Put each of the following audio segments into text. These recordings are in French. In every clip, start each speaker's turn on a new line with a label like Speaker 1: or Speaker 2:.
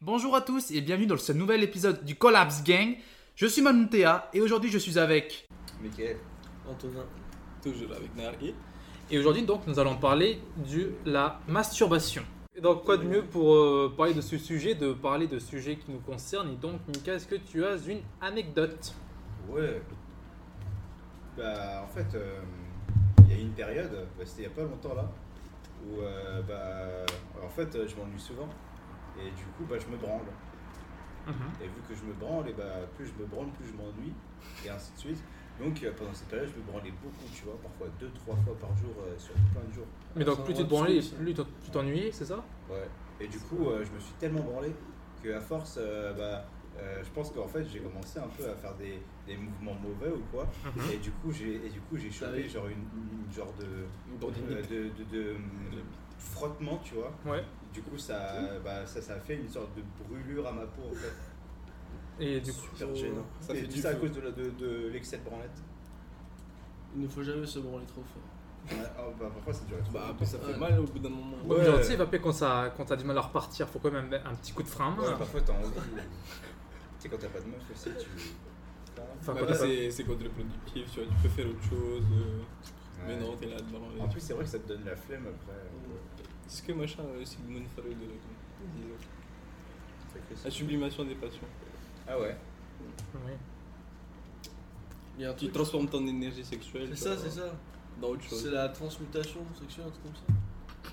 Speaker 1: Bonjour à tous et bienvenue dans ce nouvel épisode du Collapse Gang. Je suis Manu Théa et aujourd'hui je suis avec.
Speaker 2: Michael,
Speaker 3: Antonin, toujours avec Nari.
Speaker 1: Et aujourd'hui donc nous allons parler de la masturbation. Et donc quoi de mieux pour euh, parler de ce sujet, de parler de sujets qui nous concernent. Et donc Mika, est-ce que tu as une anecdote
Speaker 2: Ouais. Bah, en fait, euh, il y a eu une période, bah, c'était il n'y a pas longtemps là, où euh, bah, en fait, euh, je m'ennuie souvent. Et du coup, bah, je me branle. Et vu que je me branle, et bah, plus je me branle, plus je m'ennuie. Et ainsi de suite. Donc, euh, pendant cette période, je me branlais beaucoup, tu vois, parfois deux, trois fois par jour, euh, sur plein de jours.
Speaker 1: Mais donc
Speaker 3: Ça
Speaker 1: plus tu te
Speaker 3: rend
Speaker 1: branlais,
Speaker 3: triste.
Speaker 1: plus t'en- tu t'ennuyais, c'est ça
Speaker 2: Ouais. Et du coup, euh, je me suis tellement branlé qu'à force, euh, bah, euh, je pense qu'en fait, j'ai commencé un peu à faire des, des mouvements mauvais ou quoi. Et du coup, j'ai et du coup, j'ai
Speaker 3: Ça
Speaker 2: chopé
Speaker 3: arrive.
Speaker 2: genre une, une genre de
Speaker 3: Une
Speaker 2: de,
Speaker 3: bandine.
Speaker 2: de, de- de- frottement, tu vois.
Speaker 1: Ouais.
Speaker 2: Du coup, ça, bah, ça, ça a fait une sorte de brûlure à ma peau, en fait.
Speaker 1: Et du coup.
Speaker 2: Super gênant.
Speaker 3: Oh. Ça
Speaker 2: Et
Speaker 3: fait
Speaker 2: tout
Speaker 3: du
Speaker 2: ça à
Speaker 3: feu.
Speaker 2: cause de, la- de, de l'excès de branlette.
Speaker 3: Il ne faut jamais se branler trop fort.
Speaker 2: Ouais, ah, bah, parfois, ça durait trop
Speaker 3: Bah, après,
Speaker 2: longtemps.
Speaker 3: ça fait
Speaker 4: Ouais.
Speaker 3: mal au bout d'un moment.
Speaker 2: Ouais.
Speaker 1: Genre, tu sais, Vapé, quand ça, quand t'as du mal à repartir, faut quand même un petit coup de frein.
Speaker 2: Ouais, parfois, t'as envie. tu sais, quand t'as pas de meuf aussi, tu.
Speaker 1: Enfin,
Speaker 3: Bah,
Speaker 1: quand
Speaker 3: là,
Speaker 1: t'as pas-
Speaker 3: c'est c'est contre-productif, tu vois, tu peux faire autre chose. euh, Mais
Speaker 2: Ouais.
Speaker 3: non, t'es là devant.
Speaker 4: Ah.
Speaker 2: En plus, c'est vrai que ça te donne la flemme après. euh, Mm.
Speaker 3: Est-ce que machin, euh, Sigmund Freud, euh, disait
Speaker 2: Ça crée ça.
Speaker 3: la sublimation des passions.
Speaker 2: Ah ouais.
Speaker 1: Oui.
Speaker 4: Il y a un
Speaker 3: Tu
Speaker 4: truc.
Speaker 3: transformes ton énergie sexuelle
Speaker 4: C'est ça,
Speaker 3: dans-
Speaker 4: c'est ça.
Speaker 3: dans autre
Speaker 4: C'est
Speaker 3: chose.
Speaker 4: la transmutation sexuelle, un truc comme ça.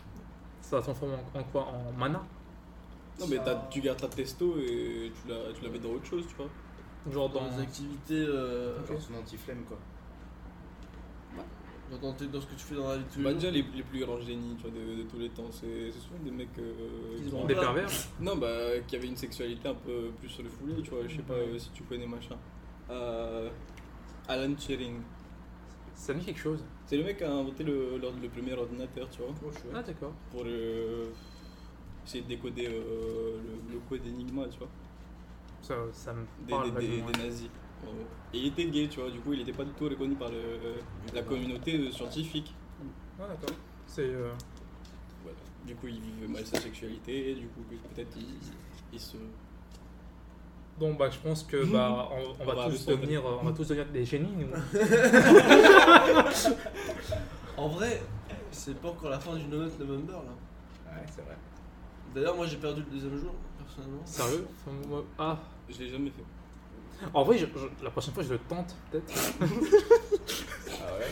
Speaker 1: Ça transforme en, en quoi En mana
Speaker 3: Non, mais t'as- tu gardes ta testo et tu la, tu la mets dans autre chose, tu vois.
Speaker 1: Genre
Speaker 4: Dans
Speaker 1: dans.
Speaker 4: les activités. euh,
Speaker 2: Genre son anti-flemme quoi.
Speaker 4: dans, dans tes- dans ce que tu fais dans la vie de tous les
Speaker 3: Bah,
Speaker 4: jours.
Speaker 3: déjà, les, les plus grands génies tu vois, de, de tous les temps, c'est c'est souvent des mecs. euh,
Speaker 4: Ils
Speaker 3: qui
Speaker 4: ont
Speaker 3: ont-
Speaker 1: Des pervers
Speaker 3: Non, bah, qui avait une sexualité un peu plus sur le foulé, tu vois. Je sais pas
Speaker 4: Mhm.
Speaker 3: euh, si tu connais machin. Euh, Alan Turing.
Speaker 1: Ça me dit quelque chose.
Speaker 3: C'est le mec qui a inventé le, l'ord- le premier ordinateur, tu vois.
Speaker 1: Ah, d'accord.
Speaker 3: Pour euh, essayer de décoder euh, le, le code Enigma, tu vois.
Speaker 1: Ça, ça me
Speaker 3: Des,
Speaker 1: parle.
Speaker 3: des- des-
Speaker 1: vaguement.
Speaker 3: des nazis. en gros. Et il était gay, tu vois. Du coup, il était pas du tout reconnu par le- euh, la communauté de scientifiques.
Speaker 1: Ah, d'accord. C'est. euh,
Speaker 3: Voilà. Du coup, il vivait mal sa sexualité. Du coup, peut-être il, il se.
Speaker 1: Bon, bah, je pense que bah, on, on
Speaker 3: On va
Speaker 1: va tous
Speaker 3: le sentir.
Speaker 1: devenir, euh, on va tous devenir des génies. Nous.
Speaker 4: En vrai, c'est pas encore la fin du 9 November là.
Speaker 2: Ouais, c'est vrai.
Speaker 4: D'ailleurs, moi j'ai perdu le deuxième jour, personnellement.
Speaker 1: Sérieux Enfin, moi- Ah.
Speaker 3: Je l'ai jamais fait.
Speaker 1: En vrai, je- je- la prochaine fois, je le tente peut-être.
Speaker 2: Ah ouais.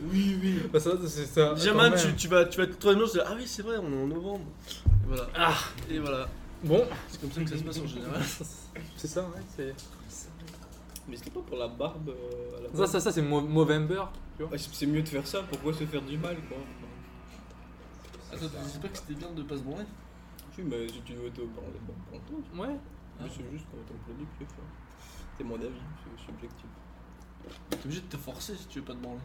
Speaker 4: Oui, oui.
Speaker 1: Bah, ça, c'est ça.
Speaker 4: Déjà,
Speaker 1: quand
Speaker 4: man,
Speaker 1: même.
Speaker 4: Ah, tu, tu vas, tu vas être le troisième jour, c'est ah oui, c'est vrai, on est en novembre. Et voilà.
Speaker 1: Ah.
Speaker 4: Et voilà.
Speaker 1: Bon,
Speaker 4: C'est comme ça que ça se passe en général.
Speaker 1: c'est ça, ouais. c'est-
Speaker 3: Mais c'était pas pour la barbe euh, à la
Speaker 1: Ça,
Speaker 3: base
Speaker 1: ça, ça, c'est Mo- Movember. Tu vois
Speaker 3: Ah, C'est c'est mieux de faire ça, pourquoi se faire du mal quoi
Speaker 2: Ah,
Speaker 4: Attends, tu disais pas que c'était bien de pas se branler
Speaker 3: Tu mais si tu veux te branler, bah, prends-toi. tu
Speaker 1: Ouais.
Speaker 3: vois. Mais c'est juste qu'on t'en produit plus. tu vois. C'est mon avis, c'est subjectif.
Speaker 4: T'es obligé de te forcer si tu veux pas te branler.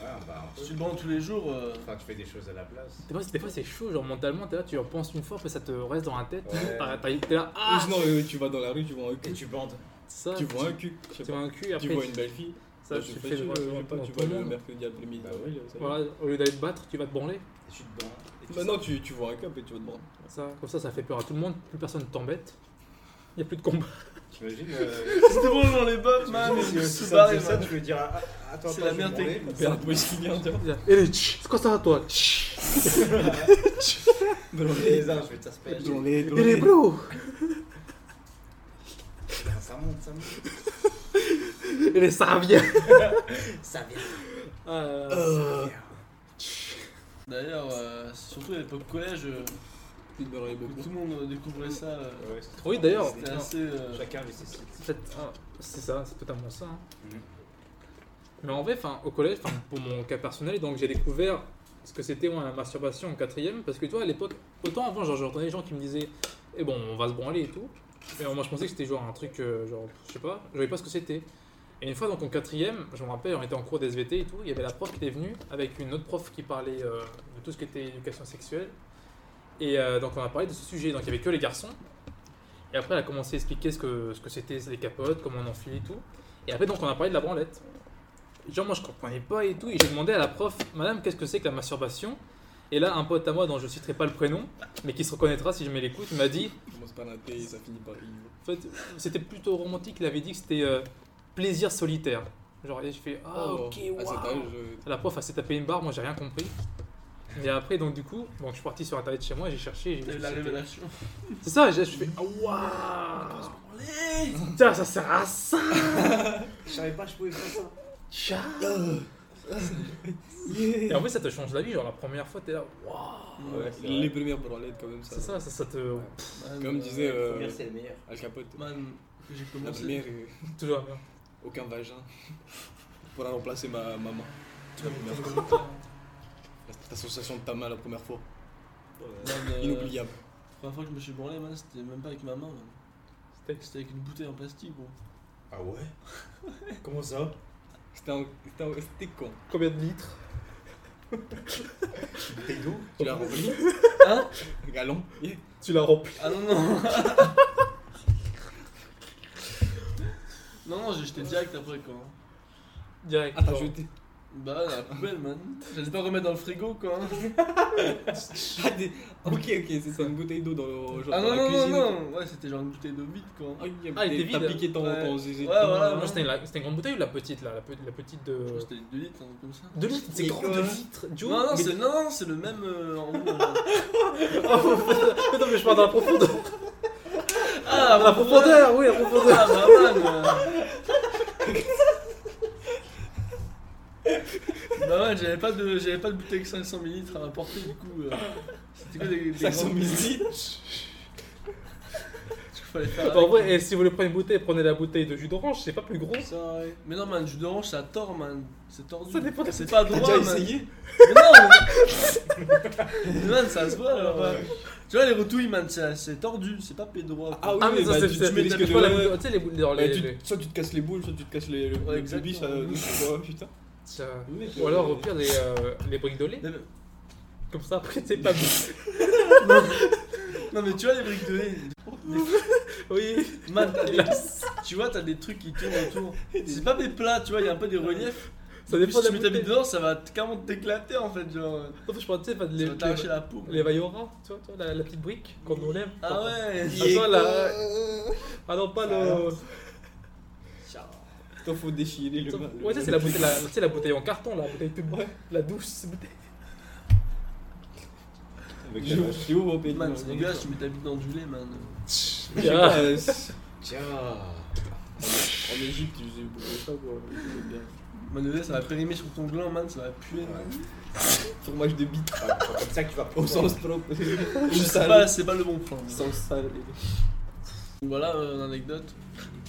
Speaker 2: Ah bah un peu.
Speaker 4: Si tu te branles tous les jours. euh,
Speaker 2: Enfin, tu fais des choses à la place.
Speaker 1: Des fois, des fois, c'est chaud, genre mentalement, t'es là, tu en penses une fois, après ça te reste dans la tête.
Speaker 2: Ouais.
Speaker 1: Ah, t'as- T'es là, ah
Speaker 3: Ou sinon, euh, tu vas dans la rue, tu vois un
Speaker 2: Et
Speaker 3: cul.
Speaker 2: tu bandes.
Speaker 1: ça,
Speaker 3: Tu vois un cul, je sais
Speaker 1: tu
Speaker 3: pas.
Speaker 1: vois un cul, et après
Speaker 3: Tu vois une belle fille.
Speaker 1: ça,
Speaker 3: Bah,
Speaker 1: tu
Speaker 3: je
Speaker 1: le
Speaker 3: fais,
Speaker 1: fais
Speaker 3: je
Speaker 1: devant-
Speaker 3: vois- je sais
Speaker 1: devant
Speaker 3: pas, tu
Speaker 1: tout
Speaker 3: vois
Speaker 1: le
Speaker 3: le
Speaker 1: monde.
Speaker 3: mercredi après-midi.
Speaker 2: Bah
Speaker 3: ça
Speaker 2: oui.
Speaker 3: va.
Speaker 1: Voilà, au lieu d'aller te battre, tu vas te branler.
Speaker 2: Et tu te bandes. Et tu
Speaker 3: Bah non, tu, tu vois un cap et tu vas te branler.
Speaker 1: Ça, comme ça, ça fait peur à tout le monde, plus personne t'embête. Il a plus de combat.
Speaker 2: T'imagines euh,
Speaker 4: C'était bon dans les bobs, man,
Speaker 2: t'imagines
Speaker 4: mais
Speaker 2: si-
Speaker 4: je me
Speaker 2: si
Speaker 4: suis
Speaker 2: ça te
Speaker 4: barré,
Speaker 2: fait ça,
Speaker 4: man.
Speaker 2: tu veux dire ah, ah, attends,
Speaker 4: C'est
Speaker 2: attends,
Speaker 4: la
Speaker 2: je vais
Speaker 4: mère
Speaker 2: me branler.
Speaker 3: C'est un brésilien, tu vois.
Speaker 1: Et les tch, c'est quoi ça, toi Tch.
Speaker 2: Les uns, je vais t'asperger.
Speaker 1: Et les bros
Speaker 2: Putain, Ça monte, ça monte.
Speaker 1: Et les serviettes
Speaker 2: Ça vient.
Speaker 1: Ah,
Speaker 4: D'ailleurs, euh, surtout à l'époque collège, euh,
Speaker 3: Tu te branles
Speaker 4: que
Speaker 3: beaucoup.
Speaker 4: tout le monde euh, découvrait ça. euh,
Speaker 2: Ouais, c'est-
Speaker 1: Oui, d'ailleurs.
Speaker 4: C'était assez. euh,
Speaker 2: Chacun avait ses sites.
Speaker 1: ah, C'est ça, c'est totalement ça. hein.
Speaker 2: Mhm.
Speaker 1: Mais en vrai, 'fin, au collège, 'fin, pour mon cas personnel, donc j'ai découvert ce que c'était moi, la masturbation en quatrième, parce que tu vois, à l'époque, autant avant, genre, j'entendais des gens qui me disaient, eh bon, on va se branler et tout. Mais moi, je pensais que c'était genre un truc, euh, genre, je sais pas, je savais pas ce que c'était. Et une fois, donc en quatrième, je me rappelle, on était en cours d'SVT et tout, il y avait la prof qui était venue avec une autre prof qui parlait euh, de tout ce qui était éducation sexuelle. Et euh, donc, on a parlé de ce sujet, donc il y avait que les garçons. Et après, elle a commencé à expliquer ce que ce que c'était les capotes, comment on enfilait et tout. Et après, donc, on a parlé de la branlette. Genre, moi, je comprenais pas et tout. Et j'ai demandé à la prof, Madame, qu'est-ce que c'est que la masturbation Et là, un pote à moi, dont je citerai pas le prénom, mais qui se reconnaîtra si je mets l'écoute, m'a dit
Speaker 3: commence par la T et ça finit par I.
Speaker 1: en fait, c'était plutôt romantique, il avait dit que c'était euh, plaisir solitaire. Genre, et je fais Ah, ok,
Speaker 3: À cet
Speaker 1: waouh.
Speaker 3: âge, euh,
Speaker 1: La prof, elle s'est tapé une barre, moi j'ai rien compris. Et après, donc du coup, bon, je suis parti sur internet chez moi, j'ai cherché. j'ai vu
Speaker 4: T'as eu
Speaker 1: que
Speaker 4: la
Speaker 1: c'était-
Speaker 4: révélation.
Speaker 1: C'est ça, j'ai- je fais Ah, waouh Putain, ça sert à ça
Speaker 2: Je savais pas que je pouvais faire ça.
Speaker 1: Ciao Et en fait, ça te change la vie, genre la première fois, t'es là Waouh
Speaker 4: Ouais,
Speaker 3: ouais, les premières branlettes quand même ça.
Speaker 1: C'est ça, ça, ça te.
Speaker 4: Man,
Speaker 3: Comme
Speaker 4: euh,
Speaker 3: disait euh,
Speaker 2: c'est le meilleur.
Speaker 3: Al Capote,
Speaker 4: Man, j'ai
Speaker 3: la
Speaker 4: commencé.
Speaker 3: première, euh,
Speaker 1: Toujours la merde.
Speaker 3: aucun vagin pour remplacer ma maman.
Speaker 4: T'as- t'as-
Speaker 3: La- Cette association de ta main la première fois,
Speaker 4: Man, euh,
Speaker 3: inoubliable.
Speaker 4: La première fois que je me suis branlé, man, c'était même pas avec ma main. man.
Speaker 1: C'était-
Speaker 4: C'était avec une bouteille en plastique, gros.
Speaker 2: Ah ouais Comment ça
Speaker 3: C'était un- c'était un- c'était con.
Speaker 1: Combien de litres
Speaker 2: T'es d'où
Speaker 3: Tu
Speaker 1: Oh.
Speaker 3: l'as rempli
Speaker 4: Hein
Speaker 3: Galon
Speaker 1: Tu l'as rempli.
Speaker 4: Ah non, non Non, non, j'ai jeté direct après, quoi.
Speaker 1: Direct.
Speaker 3: Ah, t'as
Speaker 1: genre.
Speaker 3: jeté
Speaker 4: Bah, la poubelle, man. J'allais pas remettre dans le frigo, quoi. hein.
Speaker 3: Ah, des- Ok, ok, c'était une bouteille d'eau dans, le- genre
Speaker 4: Ah
Speaker 3: dans
Speaker 4: non,
Speaker 3: la
Speaker 4: non, non,
Speaker 3: cuisine.
Speaker 4: non Ouais, c'était genre une bouteille d'eau vide, quoi.
Speaker 3: Ah, il y a-
Speaker 1: Ah, elle était
Speaker 3: T'as
Speaker 1: vide.
Speaker 3: piqué ton,
Speaker 4: Ouais.
Speaker 3: ton
Speaker 4: Ouais,
Speaker 3: zizi.
Speaker 4: voilà.
Speaker 1: Non, c'était la- c'était une grande bouteille ou la petite là la, pe- la petite
Speaker 4: Je
Speaker 1: de.
Speaker 4: pense que c'était 2 litres, un truc comme ça.
Speaker 1: 2 litres C'est
Speaker 3: Oui,
Speaker 1: grand
Speaker 3: ouais.
Speaker 1: 2 litres Joe
Speaker 4: Non, non,
Speaker 1: mais-
Speaker 4: c'est non, non, c'est le même euh, en haut. là.
Speaker 1: Attends, mais je parle dans la profondeur
Speaker 4: Ah,
Speaker 1: La profondeur, oui, la profondeur
Speaker 4: Ah, bah, man euh. Bah ouais, j'avais pas de j'avais pas de bouteille avec 500 ml à apporter du coup. euh, C'était quoi des, des
Speaker 3: 500
Speaker 4: grandes-
Speaker 3: 000 litres
Speaker 4: Parce qu'il fallait faire
Speaker 1: Attends, en
Speaker 4: avec,
Speaker 1: vrai, et si vous voulez prendre une bouteille, prenez la bouteille de jus d'orange, c'est pas plus gros
Speaker 4: Ça, ouais. Mais non, man, jus d'orange, ça tord, man. C'est tordu.
Speaker 1: Ça dépend des-
Speaker 4: C'est pas droit,
Speaker 3: T'as déjà
Speaker 4: man.
Speaker 3: essayé
Speaker 4: Mais non, mais- mais man, ça se voit, alors.
Speaker 3: Ouais.
Speaker 4: ouais. Tu vois, les rotouilles, man, ça- c'est tordu, c'est pas pédroit. quoi.
Speaker 3: Ah oui,
Speaker 1: Ah, mais
Speaker 3: mais bah,
Speaker 1: ça, c'est
Speaker 3: tu-
Speaker 1: c'est-
Speaker 3: tu mets
Speaker 1: c'est-
Speaker 3: des
Speaker 1: c'est
Speaker 3: que
Speaker 1: pas
Speaker 3: de-
Speaker 1: la boule- Tu sais, les boules dans
Speaker 3: Bah,
Speaker 1: les.
Speaker 3: tu-
Speaker 1: les-
Speaker 3: Soit tu te casses les boules, soit tu te casses les, le-
Speaker 4: Ouais,
Speaker 3: le pubis, ça,
Speaker 4: exactement.
Speaker 3: je sais pas, putain.
Speaker 1: Tiens.
Speaker 3: Mec,
Speaker 1: Ou alors, au
Speaker 3: euh,
Speaker 1: pire, les, euh, les briques de lait.
Speaker 4: Mais-
Speaker 1: Comme ça, après, c'est pas bon.
Speaker 4: Non, mais tu vois, les briques de lait. des-
Speaker 1: Oui.
Speaker 4: Man, t'as
Speaker 1: Là,
Speaker 4: des- tu vois, t'as des trucs qui tournent autour. C'est pas des plats, tu vois, il y a un peu des reliefs.
Speaker 1: Ça
Speaker 4: Et
Speaker 1: dépend de
Speaker 4: si
Speaker 1: la
Speaker 4: tu mets ta bite
Speaker 1: bouteille.
Speaker 4: dedans, ça va t- carrément t'éclater en fait. Genre,
Speaker 1: Attends, je parle, tu sais, pas de
Speaker 4: ça
Speaker 1: les.
Speaker 4: va t'arracher la peau.
Speaker 1: Les Vaiora, tu vois, tu vois, la, la petite brique qu'on nous lève.
Speaker 4: Ah ouais!
Speaker 1: Ah, toi, là- Ah non, pas le.
Speaker 3: Putain, faut déchirer le. le-
Speaker 1: Ouais, tu sais, c'est la bouteille, la, tu sais, la bouteille en carton, la bouteille toute ouais. la douce bouteille.
Speaker 3: Avec la vache. C'est où mon pays
Speaker 4: Man, c'est dégueulasse, tu mets ta bite dans du lait, man.
Speaker 3: Je sais pas, euh, c'est-
Speaker 2: Tiens
Speaker 3: En Égypte, ils faisaient beaucoup de ça, quoi.
Speaker 4: Man, le lait, ça va périmer sur ton gland, man, ça va puer. man.
Speaker 3: Fromage de bite,
Speaker 2: Ah, c'est pas comme ça que tu vas
Speaker 3: au
Speaker 2: prendre.
Speaker 3: sens propre.
Speaker 4: Je
Speaker 3: Une
Speaker 4: sais
Speaker 3: sale.
Speaker 4: pas, c'est pas le bon point. mais-
Speaker 3: Sans sale.
Speaker 4: Donc Voilà euh, une anecdote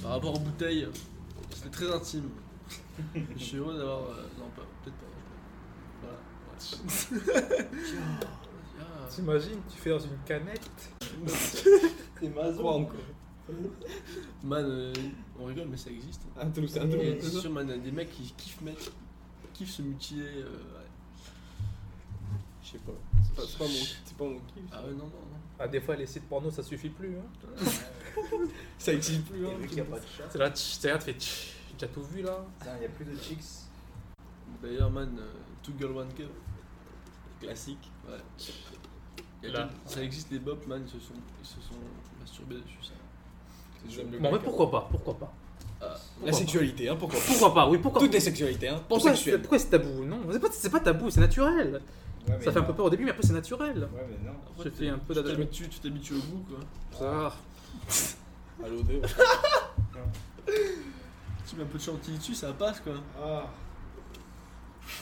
Speaker 4: par rapport aux bouteilles. C'était très intime. Je suis heureux d'avoir. euh, non, pas, peut-être pas. Voilà. Ouais. Ah,
Speaker 1: T'imagines, tu fais dans une canette.
Speaker 3: C'est mazo. encore.
Speaker 4: Man, euh, on rigole, mais ça existe.
Speaker 3: Un truc, c'est un truc.
Speaker 4: Et
Speaker 3: c'est
Speaker 4: c'est
Speaker 3: ça.
Speaker 4: sûr, man, y a des mecs qui kiffent mettre, kiffent se mutiler. euh, ouais.
Speaker 3: Je sais pas. C'est pas- c'est pas mon- C'est pas mon kiff.
Speaker 4: Ah ouais, non, non, non.
Speaker 1: Ah, des fois, les sites porno, ça suffit plus. Hein.
Speaker 3: Ça existe plus, hein.
Speaker 2: Et vu qu'il n'y a pas de chat,
Speaker 1: C'est là, tch, t'es là, tu fais tch, j'ai déjà tout vu là.
Speaker 2: putain, il n'y a plus de chicks.
Speaker 4: D'ailleurs, man, euh, Two Girl One Cup.
Speaker 3: Classique.
Speaker 4: Ouais. Y a
Speaker 1: Là.
Speaker 4: des- Ça existe, les bop, man, ils se sont, ils se sont masturbés dessus, ça.
Speaker 3: J'aime le
Speaker 1: Bon, mais
Speaker 3: caca.
Speaker 1: pourquoi pas Pourquoi pas
Speaker 3: La sexualité, hein, pourquoi pas
Speaker 1: Pourquoi pas Oui, pourquoi
Speaker 3: Toutes les sexualités, hein. Tout
Speaker 1: Pourquoi c'est
Speaker 3: sexuel.
Speaker 1: pourquoi c'est tabou Non, c'est pas, c'est pas tabou, c'est naturel.
Speaker 2: Ouais, mais
Speaker 1: Ça fait un
Speaker 2: non.
Speaker 1: peu peur au début, Ah, mais après, c'est naturel.
Speaker 2: Ouais, mais non.
Speaker 4: Après,
Speaker 1: Je
Speaker 4: tu
Speaker 1: fais un peu
Speaker 4: tu
Speaker 1: d'adaptation.
Speaker 4: t'habitues- Tu t'habitues au goût, quoi.
Speaker 1: Ça.
Speaker 3: À l'odeur.
Speaker 4: Tu mets un peu de chantilly dessus, ça passe quoi.
Speaker 2: Ah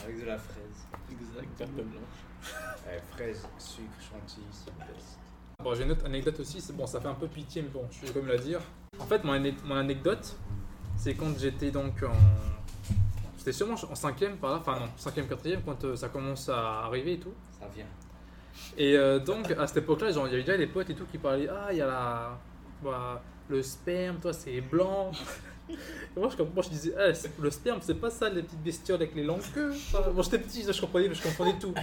Speaker 2: Avec de la fraise.
Speaker 3: Carte
Speaker 4: Exactement.
Speaker 3: blanche.
Speaker 2: Ouais, fraise, sucre, chantilly, c'est le best.
Speaker 1: Bon, j'ai une autre anecdote aussi. c'est- Bon, ça fait un peu pitié, mais bon, je vais quand même la dire. En fait, mon, ané- mon anecdote, c'est quand j'étais donc en. C'était sûrement en 5ème par là, enfin non, 5ème, 4ème, quand euh, ça commence à arriver et tout.
Speaker 2: Ça vient.
Speaker 1: Et euh, donc, à cette époque-là, genre, il y avait déjà les potes et tout qui parlaient Ah, il y a la. bah, le sperme, toi, c'est blanc. Et moi, je, comp- moi, je disais Ah, c'est- Le sperme, c'est pas ça, les petites bestioles avec les longues queues. Enfin, bon, j'étais petit, je comprenais, je comprenais tout.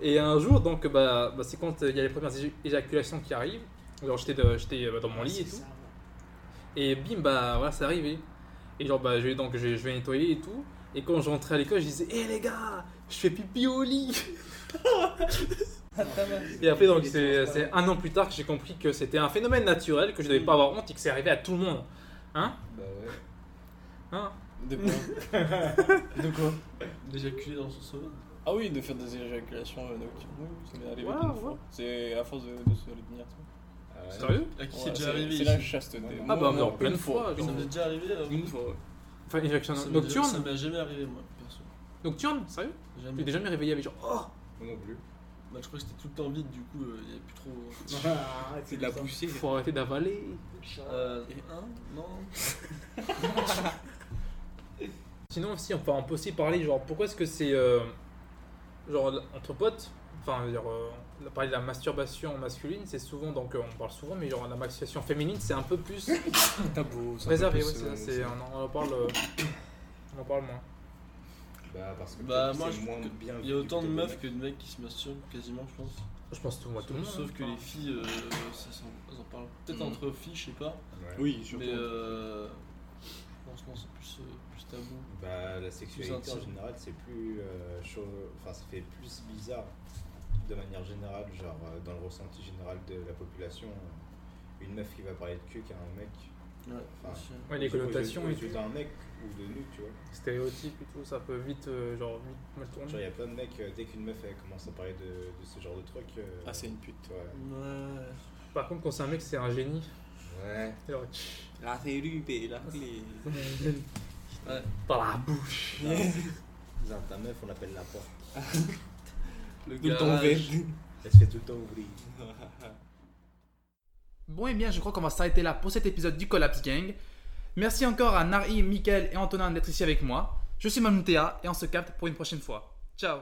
Speaker 1: Et un jour, donc, bah, bah, c'est quand euh, il y a les premières éja- éjaculations qui arrivent. Genre, j'étais de- j'étais euh, dans mon lit et tout. Et bim, bah, voilà, c'est arrivé. Et genre, bah, j'ai donc, je, je vais nettoyer et tout. Et quand je rentrais à l'école, je disais, hé les gars, je fais pipi au lit. Et après, donc, c'est c'est un an plus tard que j'ai compris que c'était un phénomène naturel, que je devais pas avoir honte et que c'est arrivé à tout le monde. Hein
Speaker 2: Bah ouais.
Speaker 1: Hein
Speaker 3: De quoi De quoi
Speaker 4: D'éjaculer dans son sommeil.
Speaker 3: Ah oui, de faire des éjaculations euh, nocturnes. Oui, oui, ça m'est arrivé
Speaker 1: Voilà,
Speaker 3: plein de
Speaker 1: voilà.
Speaker 3: fois. C'est à force de, de se le tenir. tu vois.
Speaker 2: Ah ouais.
Speaker 1: Sérieux
Speaker 4: À qui
Speaker 3: Ouais,
Speaker 4: c'est déjà arrivé
Speaker 3: C'est
Speaker 4: ici
Speaker 3: la chasteté.
Speaker 2: Ah
Speaker 1: Ah
Speaker 3: Moi,
Speaker 1: bah,
Speaker 3: moi,
Speaker 1: genre plein de fois.
Speaker 4: Ça
Speaker 1: genre.
Speaker 4: m'est déjà arrivé. euh,
Speaker 3: Une fois, ouais.
Speaker 1: Enfin, éjaculation
Speaker 4: ça m'est- Ça
Speaker 1: nocturne
Speaker 4: m'est jamais arrivé, moi, perso.
Speaker 1: Nocturne Sérieux Tu
Speaker 4: Jamais.
Speaker 1: t'es jamais réveillé avec genre, oh
Speaker 2: Moi non plus.
Speaker 4: Bah, je crois que c'était tout le temps vide, du coup, euh, il n'y avait plus trop.
Speaker 3: Ah, C'est de la poussière.
Speaker 1: Faut arrêter d'avaler.
Speaker 4: Euh. Hein Non
Speaker 1: Sinon aussi, on peut, on peut aussi parler, genre, pourquoi est-ce que c'est, euh, genre, entre potes, enfin, je veux dire, euh, on a parlé de la masturbation masculine, c'est souvent, donc euh, on parle souvent, mais genre la masturbation féminine, c'est un peu plus
Speaker 3: Tabou.
Speaker 1: réservé, ouais, c'est, c'est- on, en parle, euh, on en parle moins.
Speaker 2: Bah parce que
Speaker 4: Bah,
Speaker 2: peut-être
Speaker 4: moi,
Speaker 2: c'est
Speaker 4: je
Speaker 2: moins
Speaker 4: trouve que
Speaker 3: Ah,
Speaker 2: bien
Speaker 4: Il y a
Speaker 2: vu
Speaker 4: autant de
Speaker 2: que des
Speaker 4: meufs
Speaker 2: mecs.
Speaker 4: que de mecs qui se masturbent, quasiment, je pense.
Speaker 1: Je pense tout, moi, tout le monde. hein.
Speaker 4: Sauf que
Speaker 1: enfin.
Speaker 4: les filles, euh, ça s'en elles en parlent. Peut-être
Speaker 3: Mm.
Speaker 4: entre filles, je sais pas.
Speaker 2: Ouais.
Speaker 3: Oui, surtout.
Speaker 4: Mais euh. En ce moment, c'est plus, euh, plus tabou.
Speaker 2: Bah la sexualité en
Speaker 4: intime.
Speaker 2: général c'est plus euh, chaud, enfin ça fait plus bizarre de manière générale, genre euh, dans le ressenti général de la population, euh, une meuf qui va parler de cul qu'un mec.
Speaker 4: Ouais,
Speaker 2: Enfin,
Speaker 4: aussi.
Speaker 1: Ouais, les
Speaker 2: Aux yeux-
Speaker 1: connotations
Speaker 2: aux
Speaker 1: et
Speaker 2: yeux
Speaker 1: tout,
Speaker 2: d'un mec ou de nous, tu vois.
Speaker 1: stéréotypes et tout, ça peut vite, euh, genre, vite mal
Speaker 2: Genre, il
Speaker 1: tourner.
Speaker 2: y a plein de mecs, euh, dès qu'une meuf elle commence à parler de, de ce genre de truc. euh,
Speaker 3: Ah, c'est une pute.
Speaker 2: Ouais.
Speaker 4: Ouais.
Speaker 1: Par contre, quand c'est un mec, c'est un génie.
Speaker 2: Ouais.
Speaker 1: C'est genre,
Speaker 3: La rubé, la
Speaker 1: 呃 Par la bouche.
Speaker 2: Zin, ta meuf, on l'appelle la porte.
Speaker 3: Le
Speaker 4: Tout le temps
Speaker 3: garage.
Speaker 2: Elle se fait tout le temps ouvrir.
Speaker 1: eh
Speaker 5: Bon, et bien, je crois qu'on va s'arrêter là pour cet épisode du Collapse Gang. Merci encore à Nari, Mickaël et Antonin d'être ici avec moi. Je suis Mamoutéa et on se capte pour une prochaine fois. Ciao